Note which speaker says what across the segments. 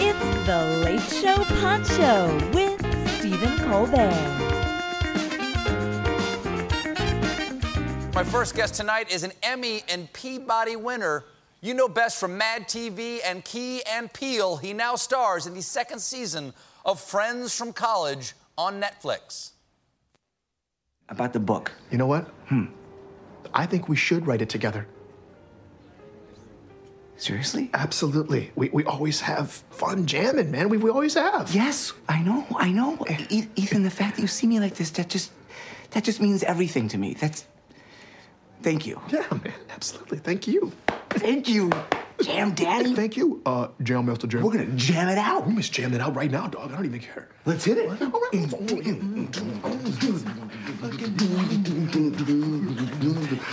Speaker 1: It's the Late Show Poncho with Stephen Colbert.
Speaker 2: My first guest tonight is an Emmy and Peabody winner. You know best from Mad TV and Key and Peele. He now stars in the second season of Friends from College on Netflix.
Speaker 3: about the book.
Speaker 4: You know what? Hmm. I think we should write it together.
Speaker 3: Seriously?
Speaker 4: Absolutely. We, we always have fun jamming, man. We, we always have.
Speaker 3: Yes, I know, I know. E- Ethan, the fact that you see me like this, that just, that just means everything to me. That's, thank you,
Speaker 4: Yeah, man. Absolutely. Thank you.
Speaker 3: thank you, Jam Daddy.
Speaker 4: Thank you, uh, Jam Master Jam.
Speaker 3: We're gonna jam it out.
Speaker 4: We must jam it out right now, dog. I don't even care.
Speaker 3: Let's hit it.
Speaker 4: All right. mm,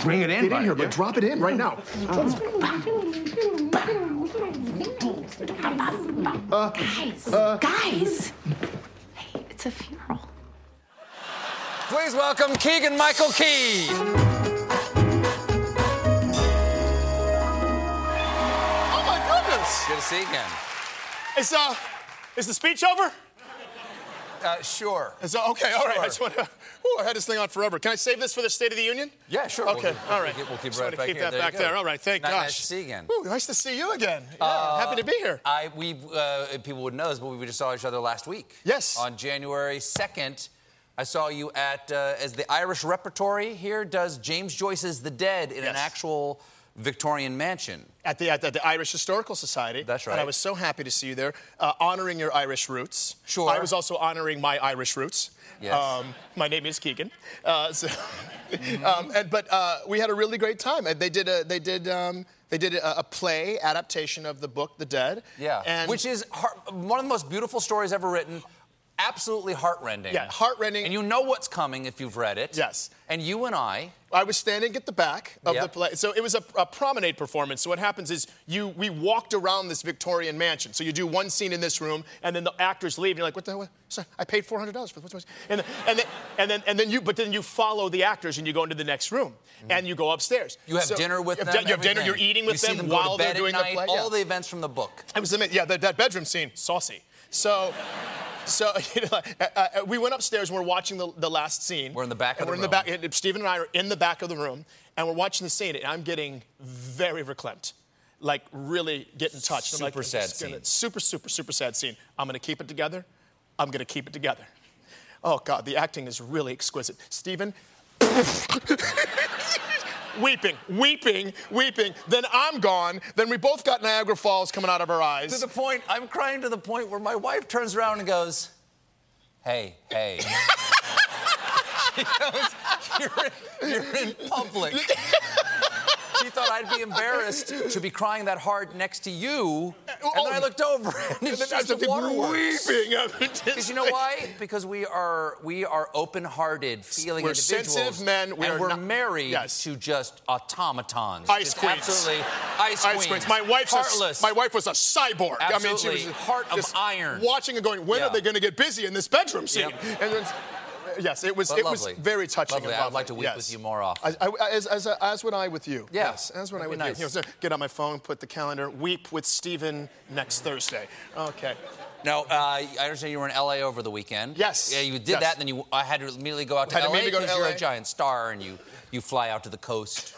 Speaker 3: Bring it
Speaker 4: Get in here, but drop it in right now.
Speaker 5: Guys, hey, it's a funeral.
Speaker 2: Please welcome Keegan Michael Key. Oh my goodness! Good to see you again.
Speaker 6: Is uh, is the speech over?
Speaker 2: Uh, sure.
Speaker 6: Is, uh, okay, all right.
Speaker 2: Sure.
Speaker 6: I just want to. Ooh, I had this thing on forever. Can I save this for the State of the Union?
Speaker 2: Yeah, sure.
Speaker 6: Okay,
Speaker 2: We'll-
Speaker 6: all
Speaker 2: we'll
Speaker 6: right.
Speaker 2: keep- we'll keep
Speaker 6: Just
Speaker 2: right
Speaker 6: wanted to
Speaker 2: back
Speaker 6: keep
Speaker 2: here.
Speaker 6: that
Speaker 2: There you
Speaker 6: back
Speaker 2: go.
Speaker 6: there. All right, thank
Speaker 2: Nice-
Speaker 6: gosh.
Speaker 2: nice to see you again.
Speaker 6: Ooh, nice to see you again. Yeah, happy to be here.
Speaker 2: I we uh, if people would know this, but we just saw each other last week.
Speaker 6: Yes.
Speaker 2: On January second, I saw you at uh, as the Irish Repertory here does James Joyce's The Dead in an
Speaker 6: Yes.
Speaker 2: actual Victorian mansion.
Speaker 6: At the, at the, the Irish Historical Society.
Speaker 2: That's
Speaker 6: And I
Speaker 2: right.
Speaker 6: was so happy to see you there, uh, honoring your Irish roots.
Speaker 2: Sure.
Speaker 6: I was also honoring my Irish roots. Um,
Speaker 2: Yes.
Speaker 6: my name is Keegan. Uh, so, um, and, but uh, we had a really great time. And They did a they did um, they did a, a play adaptation of the book The Dead.
Speaker 2: Yeah.
Speaker 6: And
Speaker 2: Which is heart- one of the most beautiful stories ever written. Absolutely heartrending.
Speaker 6: Yeah, heartrending.
Speaker 2: And you know what's coming if you've read it.
Speaker 6: Yes.
Speaker 2: And you and I,
Speaker 6: I was standing at the back of the
Speaker 2: Yep.
Speaker 6: play. So it was a, a promenade performance. So what happens is you we walked around this Victorian mansion. So you do one scene in this room, and then the actors leave, and you're like, what the hell? Sorry, I paid $400 for this. And, and, then, and, then, and then you, but then you follow the actors and you go into the next room, and you go upstairs.
Speaker 2: you have
Speaker 6: So-
Speaker 2: dinner with
Speaker 6: you have
Speaker 2: them.
Speaker 6: di- You have dinner,
Speaker 2: everything.
Speaker 6: you're eating with
Speaker 2: you
Speaker 6: them,
Speaker 2: see them go to
Speaker 6: while
Speaker 2: bed
Speaker 6: they're doing
Speaker 2: at night,
Speaker 6: the play.
Speaker 2: All
Speaker 6: Yeah.
Speaker 2: the events from the book.
Speaker 6: I was admit, yeah, that, that bedroom scene, saucy. So, so you know, uh, uh, we went upstairs and we're watching the, the last scene.
Speaker 2: We're in the back
Speaker 6: and
Speaker 2: of the
Speaker 6: we're in
Speaker 2: room.
Speaker 6: The back, and Stephen and I are in the back of the room, and we're watching the scene, and I'm getting very reclamped. Like, really getting touched. I'm like,
Speaker 2: Super
Speaker 6: I'm
Speaker 2: sad
Speaker 6: just gonna-
Speaker 2: scene.
Speaker 6: Super, super, super sad scene. I'm gonna keep it together. I'm gonna keep it together. Oh, God, the acting is really exquisite. Stephen, weeping, weeping, weeping. Then I'm gone. Then we both got Niagara Falls coming out of our eyes.
Speaker 2: To the point, I'm crying to the point where my wife turns around and goes, Hey, hey. she goes, you're, you're in public. she thought I'd be embarrassed to be crying that hard next to you. And
Speaker 6: Oh.
Speaker 2: then I looked over and it's just
Speaker 6: I'm
Speaker 2: waterworks.
Speaker 6: weeping. I mean,
Speaker 2: Because you know why? Because we are we are open-hearted, feeling
Speaker 6: We're
Speaker 2: individuals,
Speaker 6: sensitive men. We
Speaker 2: and
Speaker 6: are
Speaker 2: we're
Speaker 6: not-
Speaker 2: married
Speaker 6: Yes.
Speaker 2: to just automatons,
Speaker 6: Ice
Speaker 2: Just
Speaker 6: queens.
Speaker 2: absolutely ice,
Speaker 6: Ice
Speaker 2: queens.
Speaker 6: queens. My wife's
Speaker 2: heartless.
Speaker 6: A, my wife was a cyborg. I mean,
Speaker 2: Absolutely.
Speaker 6: she was
Speaker 2: Heart of
Speaker 6: just
Speaker 2: iron.
Speaker 6: Watching and going, when
Speaker 2: Yeah.
Speaker 6: are they going to get busy in this bedroom scene?
Speaker 2: Yep.
Speaker 6: And then, uh, yes, it was
Speaker 2: But
Speaker 6: it
Speaker 2: lovely.
Speaker 6: was very touching.
Speaker 2: Lovely.
Speaker 6: and
Speaker 2: I would like to weep
Speaker 6: yes.
Speaker 2: with you more often.
Speaker 6: I, I, as, as, as would I with you.
Speaker 2: Yeah.
Speaker 6: Yes, as would I
Speaker 2: That'd
Speaker 6: with
Speaker 2: be nice.
Speaker 6: you. Here, so get on my phone, put the calendar, weep with Stephen next Thursday. Okay.
Speaker 2: No, uh, I understand you were in LA over the weekend.
Speaker 6: Yes.
Speaker 2: Yeah, you did
Speaker 6: Yes.
Speaker 2: that, and then you. I had to immediately go out to
Speaker 6: Had to
Speaker 2: LA
Speaker 6: immediately go to
Speaker 2: you're a
Speaker 6: LA.
Speaker 2: giant star, and you you fly out to the coast.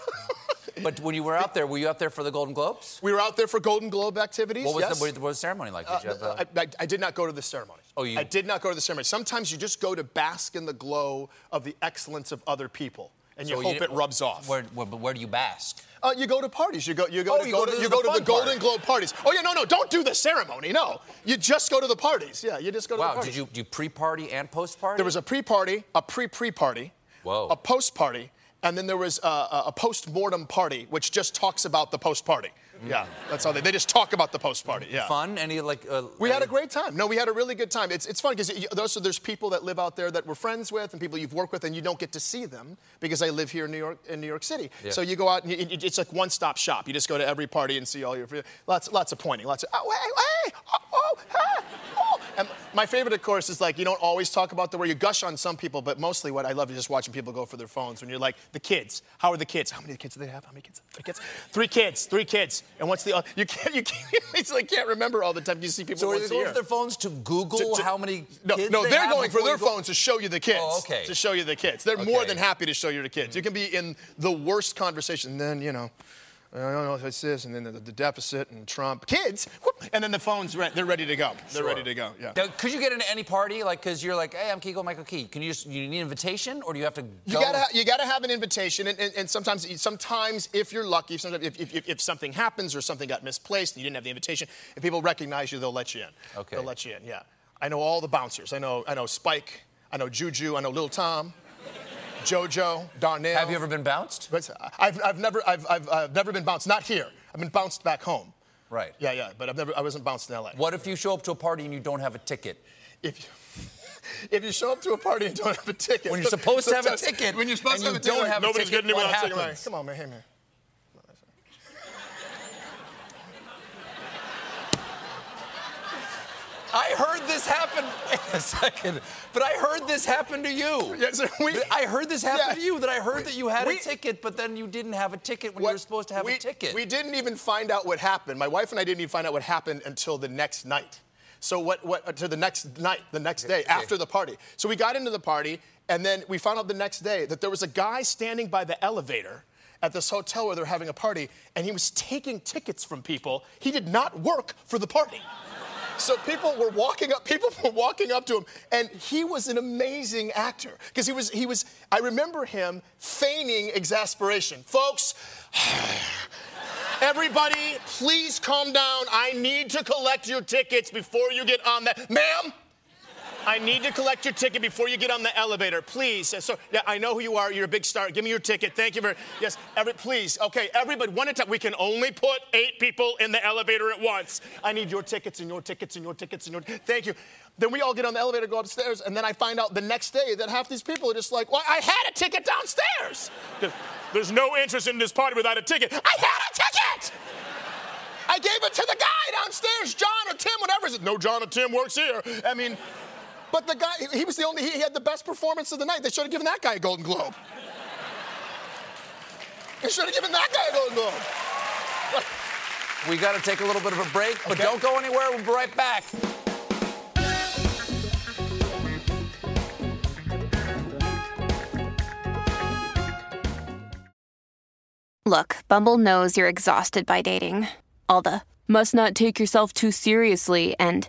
Speaker 2: But when you were out there, were you out there for the Golden Globes?
Speaker 6: We were out there for Golden Globe activities.
Speaker 2: What was,
Speaker 6: yes. Uh,
Speaker 2: the, what was the ceremony like? Did you have uh, a-
Speaker 6: I, I, I did not go to the ceremony.
Speaker 2: Oh, you-
Speaker 6: I did not go to the ceremony. Sometimes you just go to bask in the glow of the excellence of other people, and you
Speaker 2: so
Speaker 6: hope it rubs off.
Speaker 2: Where, where, but where do you bask?
Speaker 6: Uh, you go to parties. You go. You go
Speaker 2: Oh,
Speaker 6: to,
Speaker 2: you
Speaker 6: go
Speaker 2: go to
Speaker 6: to-
Speaker 2: the-
Speaker 6: you
Speaker 2: the
Speaker 6: go to
Speaker 2: fun
Speaker 6: the Golden
Speaker 2: part.
Speaker 6: Globe parties. Oh yeah, no, no, don't do the ceremony. No, you just go to the parties. Yeah, you just go to the
Speaker 2: Wow,
Speaker 6: parties.
Speaker 2: did you do pre-party and post-party?
Speaker 6: There was a pre-party, a pre-pre-party,
Speaker 2: Whoa.
Speaker 6: a post-party, and then there was a, a, a post-mortem party, which just talks about the post-party. Yeah, that's all they. They just talk about the post-party. Yeah.
Speaker 2: Mm. fun. Any like? Uh,
Speaker 6: We had a
Speaker 2: any-
Speaker 6: great time. No, we had a really good time. It's, it's fun because also there's people that live out there that we're friends with and people you've worked with, and you don't get to see them because I live here in New York in New York City.
Speaker 2: Yeah.
Speaker 6: So you go out and you, it- it's like one-stop shop. You just go to every party and see all your fr- lots lots of pointing, lots of oh hey hey oh oh, hey, oh. And my favorite, of course, is like you don't always talk about the where you gush on some people, but mostly what I love is just watching people go for their phones when you're like the kids. How are the kids? How many kids do they have? How many kids? Three kids. Three kids. Three kids. And what's the you can't you can't it's like can't remember all the time. You see people.
Speaker 2: So are they
Speaker 6: once a
Speaker 2: going
Speaker 6: year.
Speaker 2: for their phones to Google
Speaker 6: To- to-
Speaker 2: how many
Speaker 6: No,
Speaker 2: kids
Speaker 6: no,
Speaker 2: they
Speaker 6: they're
Speaker 2: have
Speaker 6: going for
Speaker 2: before
Speaker 6: their
Speaker 2: you go-
Speaker 6: phones to show you the kids.
Speaker 2: Oh, okay.
Speaker 6: To show you the kids. They're more
Speaker 2: Okay.
Speaker 6: than happy to show you the kids. You can be in the worst conversation, and then you know. I don't know if it's this, and then the, the deficit and Trump. Kids, whoop, and then the phones. Re- they're ready to go. They're ready to go. Yeah.
Speaker 2: Now, could you get into any party? Like, cause you're like, hey, I'm Kegel Michael Key. Can you just, you need an invitation or do you have to go?
Speaker 6: You gotta, ha- you gotta have an invitation, and, and, and sometimes, sometimes if you're lucky, sometimes if, if, if, if something happens or something got misplaced and you didn't have the invitation, if people recognize you, they'll let you in.
Speaker 2: Okay.
Speaker 6: They'll let you in. Yeah. I know all the bouncers. I know, I know Spike. I know Juju. I know Little Tom. JoJo. Darnell.
Speaker 2: have you ever been bounced?
Speaker 6: But I've, I've never, I've, I've, I've never been bounced. Not here. I've been bounced back home.
Speaker 2: Right.
Speaker 6: Yeah, yeah. But I've never, I wasn't bounced in L.A.
Speaker 2: What if you show up to a party and you don't have a ticket?
Speaker 6: If you, if you show up to a party and don't have a ticket,
Speaker 2: When you're supposed to have a
Speaker 6: sometimes-
Speaker 2: ticket,
Speaker 6: when you're supposed
Speaker 2: and
Speaker 6: to have
Speaker 2: you
Speaker 6: a ticket,
Speaker 2: don't
Speaker 6: like,
Speaker 2: have a
Speaker 6: nobody's
Speaker 2: ticket,
Speaker 6: getting in
Speaker 2: what
Speaker 6: without a ticket. Like,
Speaker 2: happens?
Speaker 6: Come on, man, hey man.
Speaker 2: I heard this happen. Wait a second. But I heard this happen to you.
Speaker 6: Yeah, so we-
Speaker 2: I heard this happen
Speaker 6: Yeah.
Speaker 2: to you. That I heard that you had a
Speaker 6: We-
Speaker 2: ticket, but then you didn't have a ticket when you were supposed to have
Speaker 6: we,
Speaker 2: a ticket.
Speaker 6: We didn't even find out what happened. My wife and I didn't even find out what happened until the next night. So what? What? uh, To the next night, the next day after the party. So we got into the party, and then we found out the next day that there was a guy standing by the elevator at this hotel where they're having a party, and he was taking tickets from people. He did not work for the party. So people were walking up. People were walking up to him, and he was an amazing actor because he was. He was. I remember him feigning exasperation. Folks, everybody, please calm down. I need to collect your tickets before you get on that, ma'am. I need to collect your ticket before you get on the elevator, please. So, yeah, I know who you are. You're a big star. Give me your ticket. Thank you very. Yes, every, please. Okay, everybody, one at a time. We can only put eight people in the elevator at once. I need your tickets and your tickets and your tickets and your. Thank you. Then we all get on the elevator, go upstairs, and then I find out the next day that half these people are just like, "Well, I had a ticket downstairs." There's no interest in this party without a ticket. I had a ticket. I gave it to the guy downstairs, John or Tim, whatever. He said, No, John or Tim works here. I mean, but the guy, he- he was the only, he had the best performance of the night. They should have given that guy a Golden Globe. They should have given that guy a Golden Globe.
Speaker 2: We got to take a little bit of a break, but
Speaker 6: Okay.
Speaker 2: don't go anywhere. We'll be right back.
Speaker 7: Look, Bumble knows you're exhausted by dating. All the must not take yourself too seriously and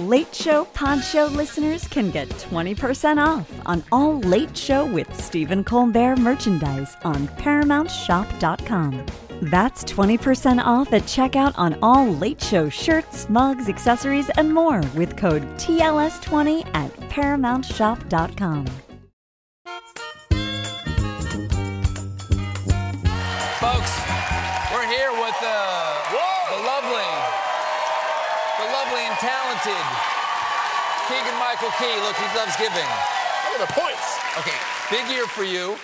Speaker 1: Late Show Poncho listeners can get 20% off on all Late Show with Stephen Colbert merchandise on ParamountShop.com. That's 20% off at checkout on all Late Show shirts, mugs, accessories, and more with code TLS20 at ParamountShop.com.
Speaker 2: Folks, we're here with uh, the lovely, the lovely and talented Keegan Michael Key. Look, he loves giving.
Speaker 6: Look at the points.
Speaker 2: Okay, big year for you.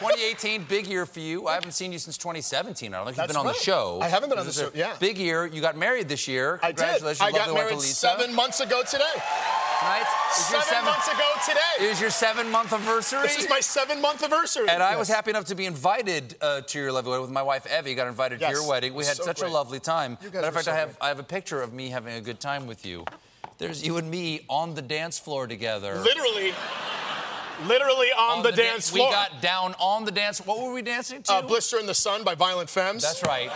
Speaker 2: 2018, big year for you. I haven't seen you since 2017. I don't think you've
Speaker 6: That's
Speaker 2: been on
Speaker 6: right.
Speaker 2: the show.
Speaker 6: I haven't been on
Speaker 2: This
Speaker 6: the
Speaker 2: is
Speaker 6: show,
Speaker 2: a
Speaker 6: yeah.
Speaker 2: Big year. You got married this year.
Speaker 6: I did.
Speaker 2: Congratulations.
Speaker 6: I
Speaker 2: Lovely
Speaker 6: got
Speaker 2: wife,
Speaker 6: married
Speaker 2: Elisa.
Speaker 6: seven months ago today.
Speaker 2: Tonight is your
Speaker 6: Seven, months ago today.
Speaker 2: is your seven month anniversary.
Speaker 6: This is my seven month anniversary.
Speaker 2: And I was happy enough to be invited uh, to your lovely wedding with my wife Evie. Got invited
Speaker 6: Yes.
Speaker 2: to your wedding. We had
Speaker 6: So
Speaker 2: such
Speaker 6: great.
Speaker 2: a lovely time.
Speaker 6: You guys
Speaker 2: Matter of
Speaker 6: were
Speaker 2: fact,
Speaker 6: so
Speaker 2: I have
Speaker 6: great.
Speaker 2: I have a picture of me having a good time with you. There's you and me on the dance floor together.
Speaker 6: Literally, literally on, the,
Speaker 2: da-
Speaker 6: dance floor.
Speaker 2: We got down on the dance. What were we dancing to?
Speaker 6: uh, Blister in the Sun by Violent Femmes.
Speaker 2: That's right.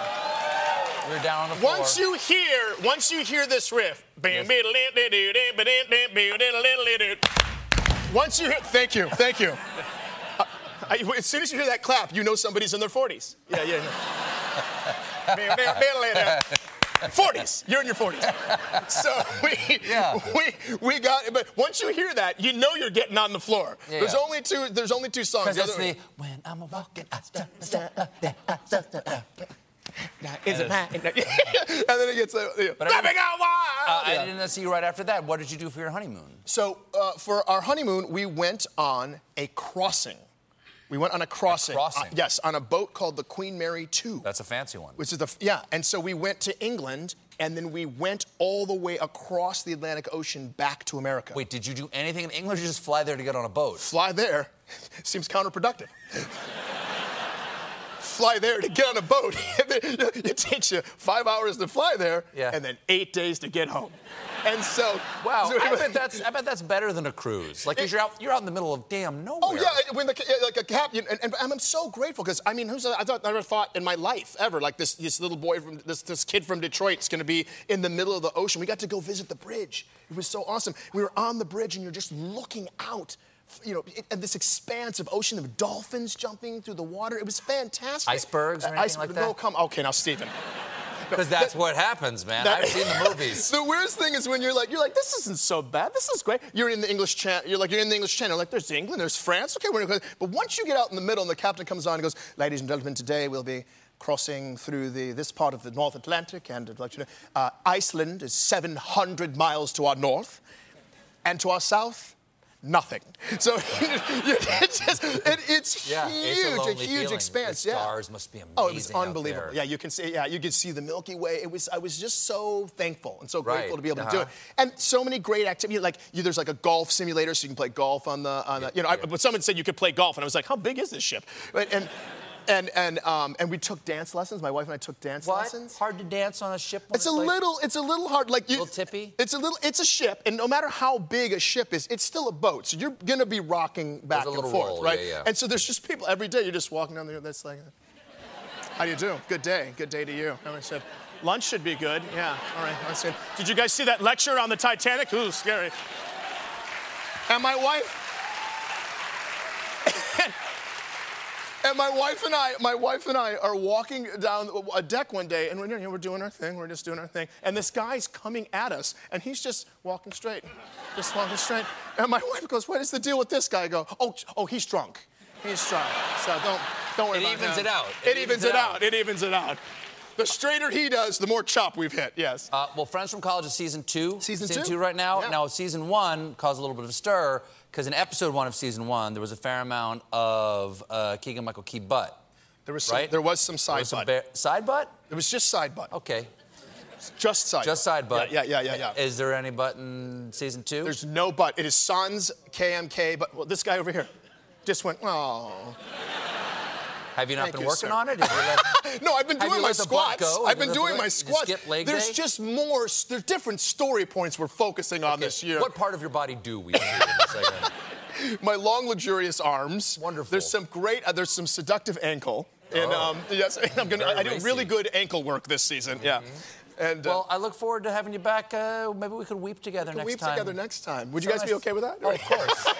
Speaker 2: We were down on the floor.
Speaker 6: Once you hear, once you hear this riff, bam, bam, bam, bam, bam, bam, bam, bam, bam, bam, bam, bam. once you hear, thank you, thank you. Uh, I- as soon as you hear that clap, you know somebody's in their 40s. Yeah, yeah, yeah. Bam, bam, bam, bam, bam. 40s. You're in your 40s. So we,
Speaker 2: Yeah.
Speaker 6: we, we got. But once you hear that, you know you're getting on the floor.
Speaker 2: Yeah,
Speaker 6: there's
Speaker 2: yeah.
Speaker 6: only two. There's only two songs.
Speaker 2: Because that's
Speaker 6: The other-
Speaker 2: the when I'm a walking. I step,
Speaker 6: Is it mine? and then it gets. Uh, yeah.
Speaker 2: But I-
Speaker 6: Let me go
Speaker 2: Uh,
Speaker 6: wild.
Speaker 2: I
Speaker 6: Yeah.
Speaker 2: didn't see you right after that. What did you do for your honeymoon?
Speaker 6: So uh, for our honeymoon, we went on a crossing. We went on a crossing.
Speaker 2: crossing.
Speaker 6: Uh, yes, on a boat called the Queen Mary II.
Speaker 2: That's a fancy one.
Speaker 6: which is the f- yeah. And so we went to England, and then we went all the way across the Atlantic Ocean back to America.
Speaker 2: Wait, did you do anything in England or you just fly there to get on a boat?
Speaker 6: fly there seems counterproductive. fly there to get on a boat. it takes you five hours to fly there,
Speaker 2: Yeah.
Speaker 6: and then eight days to get home. And so
Speaker 2: Wow,
Speaker 6: so-
Speaker 2: I bet that's I bet that's better than a cruise. Like 'cause you're out you're out in the middle of damn nowhere.
Speaker 6: Oh yeah, when the yeah, like a captain, and, and I'm so grateful because I mean, who's I thought I never thought in my life ever like this this little boy from this this kid from Detroit is going to be in the middle of the ocean. We got to go visit the bridge. It was so awesome. We were on the bridge, and you're just looking out. You know, it- at this expanse of ocean, there were dolphins jumping through the water. It was fantastic.
Speaker 2: Icebergs or
Speaker 6: Uh,
Speaker 2: anything
Speaker 6: ice-
Speaker 2: like
Speaker 6: No,
Speaker 2: that?
Speaker 6: come. Okay, now Stephen.
Speaker 2: Because that's what happens, man.
Speaker 6: That-
Speaker 2: I've seen the movies.
Speaker 6: the worst thing is when you're like, you're like, this isn't so bad. This is great. You're in the English channel. You're like, you're in the English channel. Like, there's England, there's France. Okay, we're gonna. But once you get out in the middle, and the captain comes on and goes, ladies and gentlemen, today we'll be crossing through the this part of the North Atlantic, and I'd like to know, uh, Iceland is 700 miles to our north, and to our south. Nothing. So it's just it, it's
Speaker 2: Yeah,
Speaker 6: huge,
Speaker 2: it's a
Speaker 6: a
Speaker 2: lonely
Speaker 6: huge
Speaker 2: feeling. The
Speaker 6: expanse. yeah,
Speaker 2: stars must be
Speaker 6: Oh, it was
Speaker 2: amazing out
Speaker 6: unbelievable.
Speaker 2: there.
Speaker 6: Yeah, you can see. Yeah, you could see the Milky Way. It was. I was just so thankful and so grateful
Speaker 2: Right,
Speaker 6: to be able to do
Speaker 2: uh-huh.
Speaker 6: it. And so many great activities. Like you, there's like a golf simulator, so you can play golf on the on the. You know, I, but someone said you could play golf, and I was like, how big is this ship? But, and and and um and we took dance lessons. My wife and I took dance
Speaker 2: What?
Speaker 6: lessons.
Speaker 2: Hard to dance on a ship. when
Speaker 6: It's a
Speaker 2: like-
Speaker 6: little. It's a little hard. Like you.
Speaker 2: Little tippy?
Speaker 6: It's a little. It's a ship, and no matter how big a ship is, it's still a boat. So you're gonna be rocking back
Speaker 2: a
Speaker 6: and
Speaker 2: little
Speaker 6: forth,
Speaker 2: roll,
Speaker 6: right?
Speaker 2: yeah, yeah.
Speaker 6: And so there's just people every day. You're just walking down there. That's like, how do you do? Good day. Good day to you. And I said, lunch should be good. Yeah. All right. I said, did you guys see that lecture on the Titanic? Ooh, scary. And my wife. And my wife and I, my wife and I are walking down a deck one day, and we're, you know, we're doing our thing, we're just doing our thing, and this guy's coming at us, and he's just walking straight, just walking straight. And my wife goes, "What is the deal with this guy?" I go, "Oh, oh, he's drunk, he's drunk, so don't, don't worry
Speaker 2: It
Speaker 6: about
Speaker 2: evens
Speaker 6: him."
Speaker 2: it out.
Speaker 6: It, evens it out. It evens it out. The straighter he does, the more chop we've hit. Yes.
Speaker 2: Uh, well, Friends from College is season two.
Speaker 6: Season two.
Speaker 2: right now.
Speaker 6: Yeah.
Speaker 2: Now, season one caused a little bit of a stir because in episode one of season one, there was a fair amount of uh, Keegan Michael Key butt.
Speaker 6: there was some,
Speaker 2: right?
Speaker 6: there was some side
Speaker 2: There was some
Speaker 6: butt.
Speaker 2: bare- side butt?
Speaker 6: it was just side butt.
Speaker 2: Okay.
Speaker 6: Just side.
Speaker 2: Just side butt.
Speaker 6: Yeah, yeah, yeah, yeah. yeah.
Speaker 2: Is there any butt in season two?
Speaker 6: There's no but. It is Sans KMK, but well, this guy over here just went, oh.
Speaker 2: Have you not
Speaker 6: Thank
Speaker 2: been
Speaker 6: you,
Speaker 2: working
Speaker 6: sir.
Speaker 2: on it? Have you let-
Speaker 6: No, I've been
Speaker 2: Have
Speaker 6: doing
Speaker 2: you
Speaker 6: my
Speaker 2: let the butt
Speaker 6: squats.
Speaker 2: go?
Speaker 6: I've
Speaker 2: Have
Speaker 6: been
Speaker 2: you
Speaker 6: doing
Speaker 2: let-
Speaker 6: my
Speaker 2: you just
Speaker 6: squats.
Speaker 2: skip leg
Speaker 6: There's
Speaker 2: day?
Speaker 6: just more, s- there's different story points we're focusing on this year.
Speaker 2: What part of your body do we see in this segment?
Speaker 6: My long, luxurious arms.
Speaker 2: Wonderful.
Speaker 6: There's some great, uh, there's some seductive ankle. And
Speaker 2: Oh.
Speaker 6: um, yes, and I'm gonna,
Speaker 2: Very
Speaker 6: I do
Speaker 2: racy. Mm-hmm.
Speaker 6: really good ankle work this season. Yeah. And uh,
Speaker 2: Well, I look forward to having you back. Uh, maybe we could weep together
Speaker 6: we'll
Speaker 2: next
Speaker 6: weep
Speaker 2: time.
Speaker 6: together next time. Would you
Speaker 2: So
Speaker 6: guys be
Speaker 2: nice.
Speaker 6: okay with that?
Speaker 2: Oh, of course.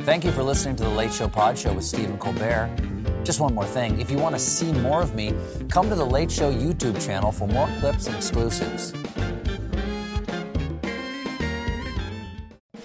Speaker 2: Thank you for listening to the Late Show Pod Show with Stephen Colbert. Just one more thing. If you want to see more of me, come to the Late Show YouTube channel for more clips and exclusives.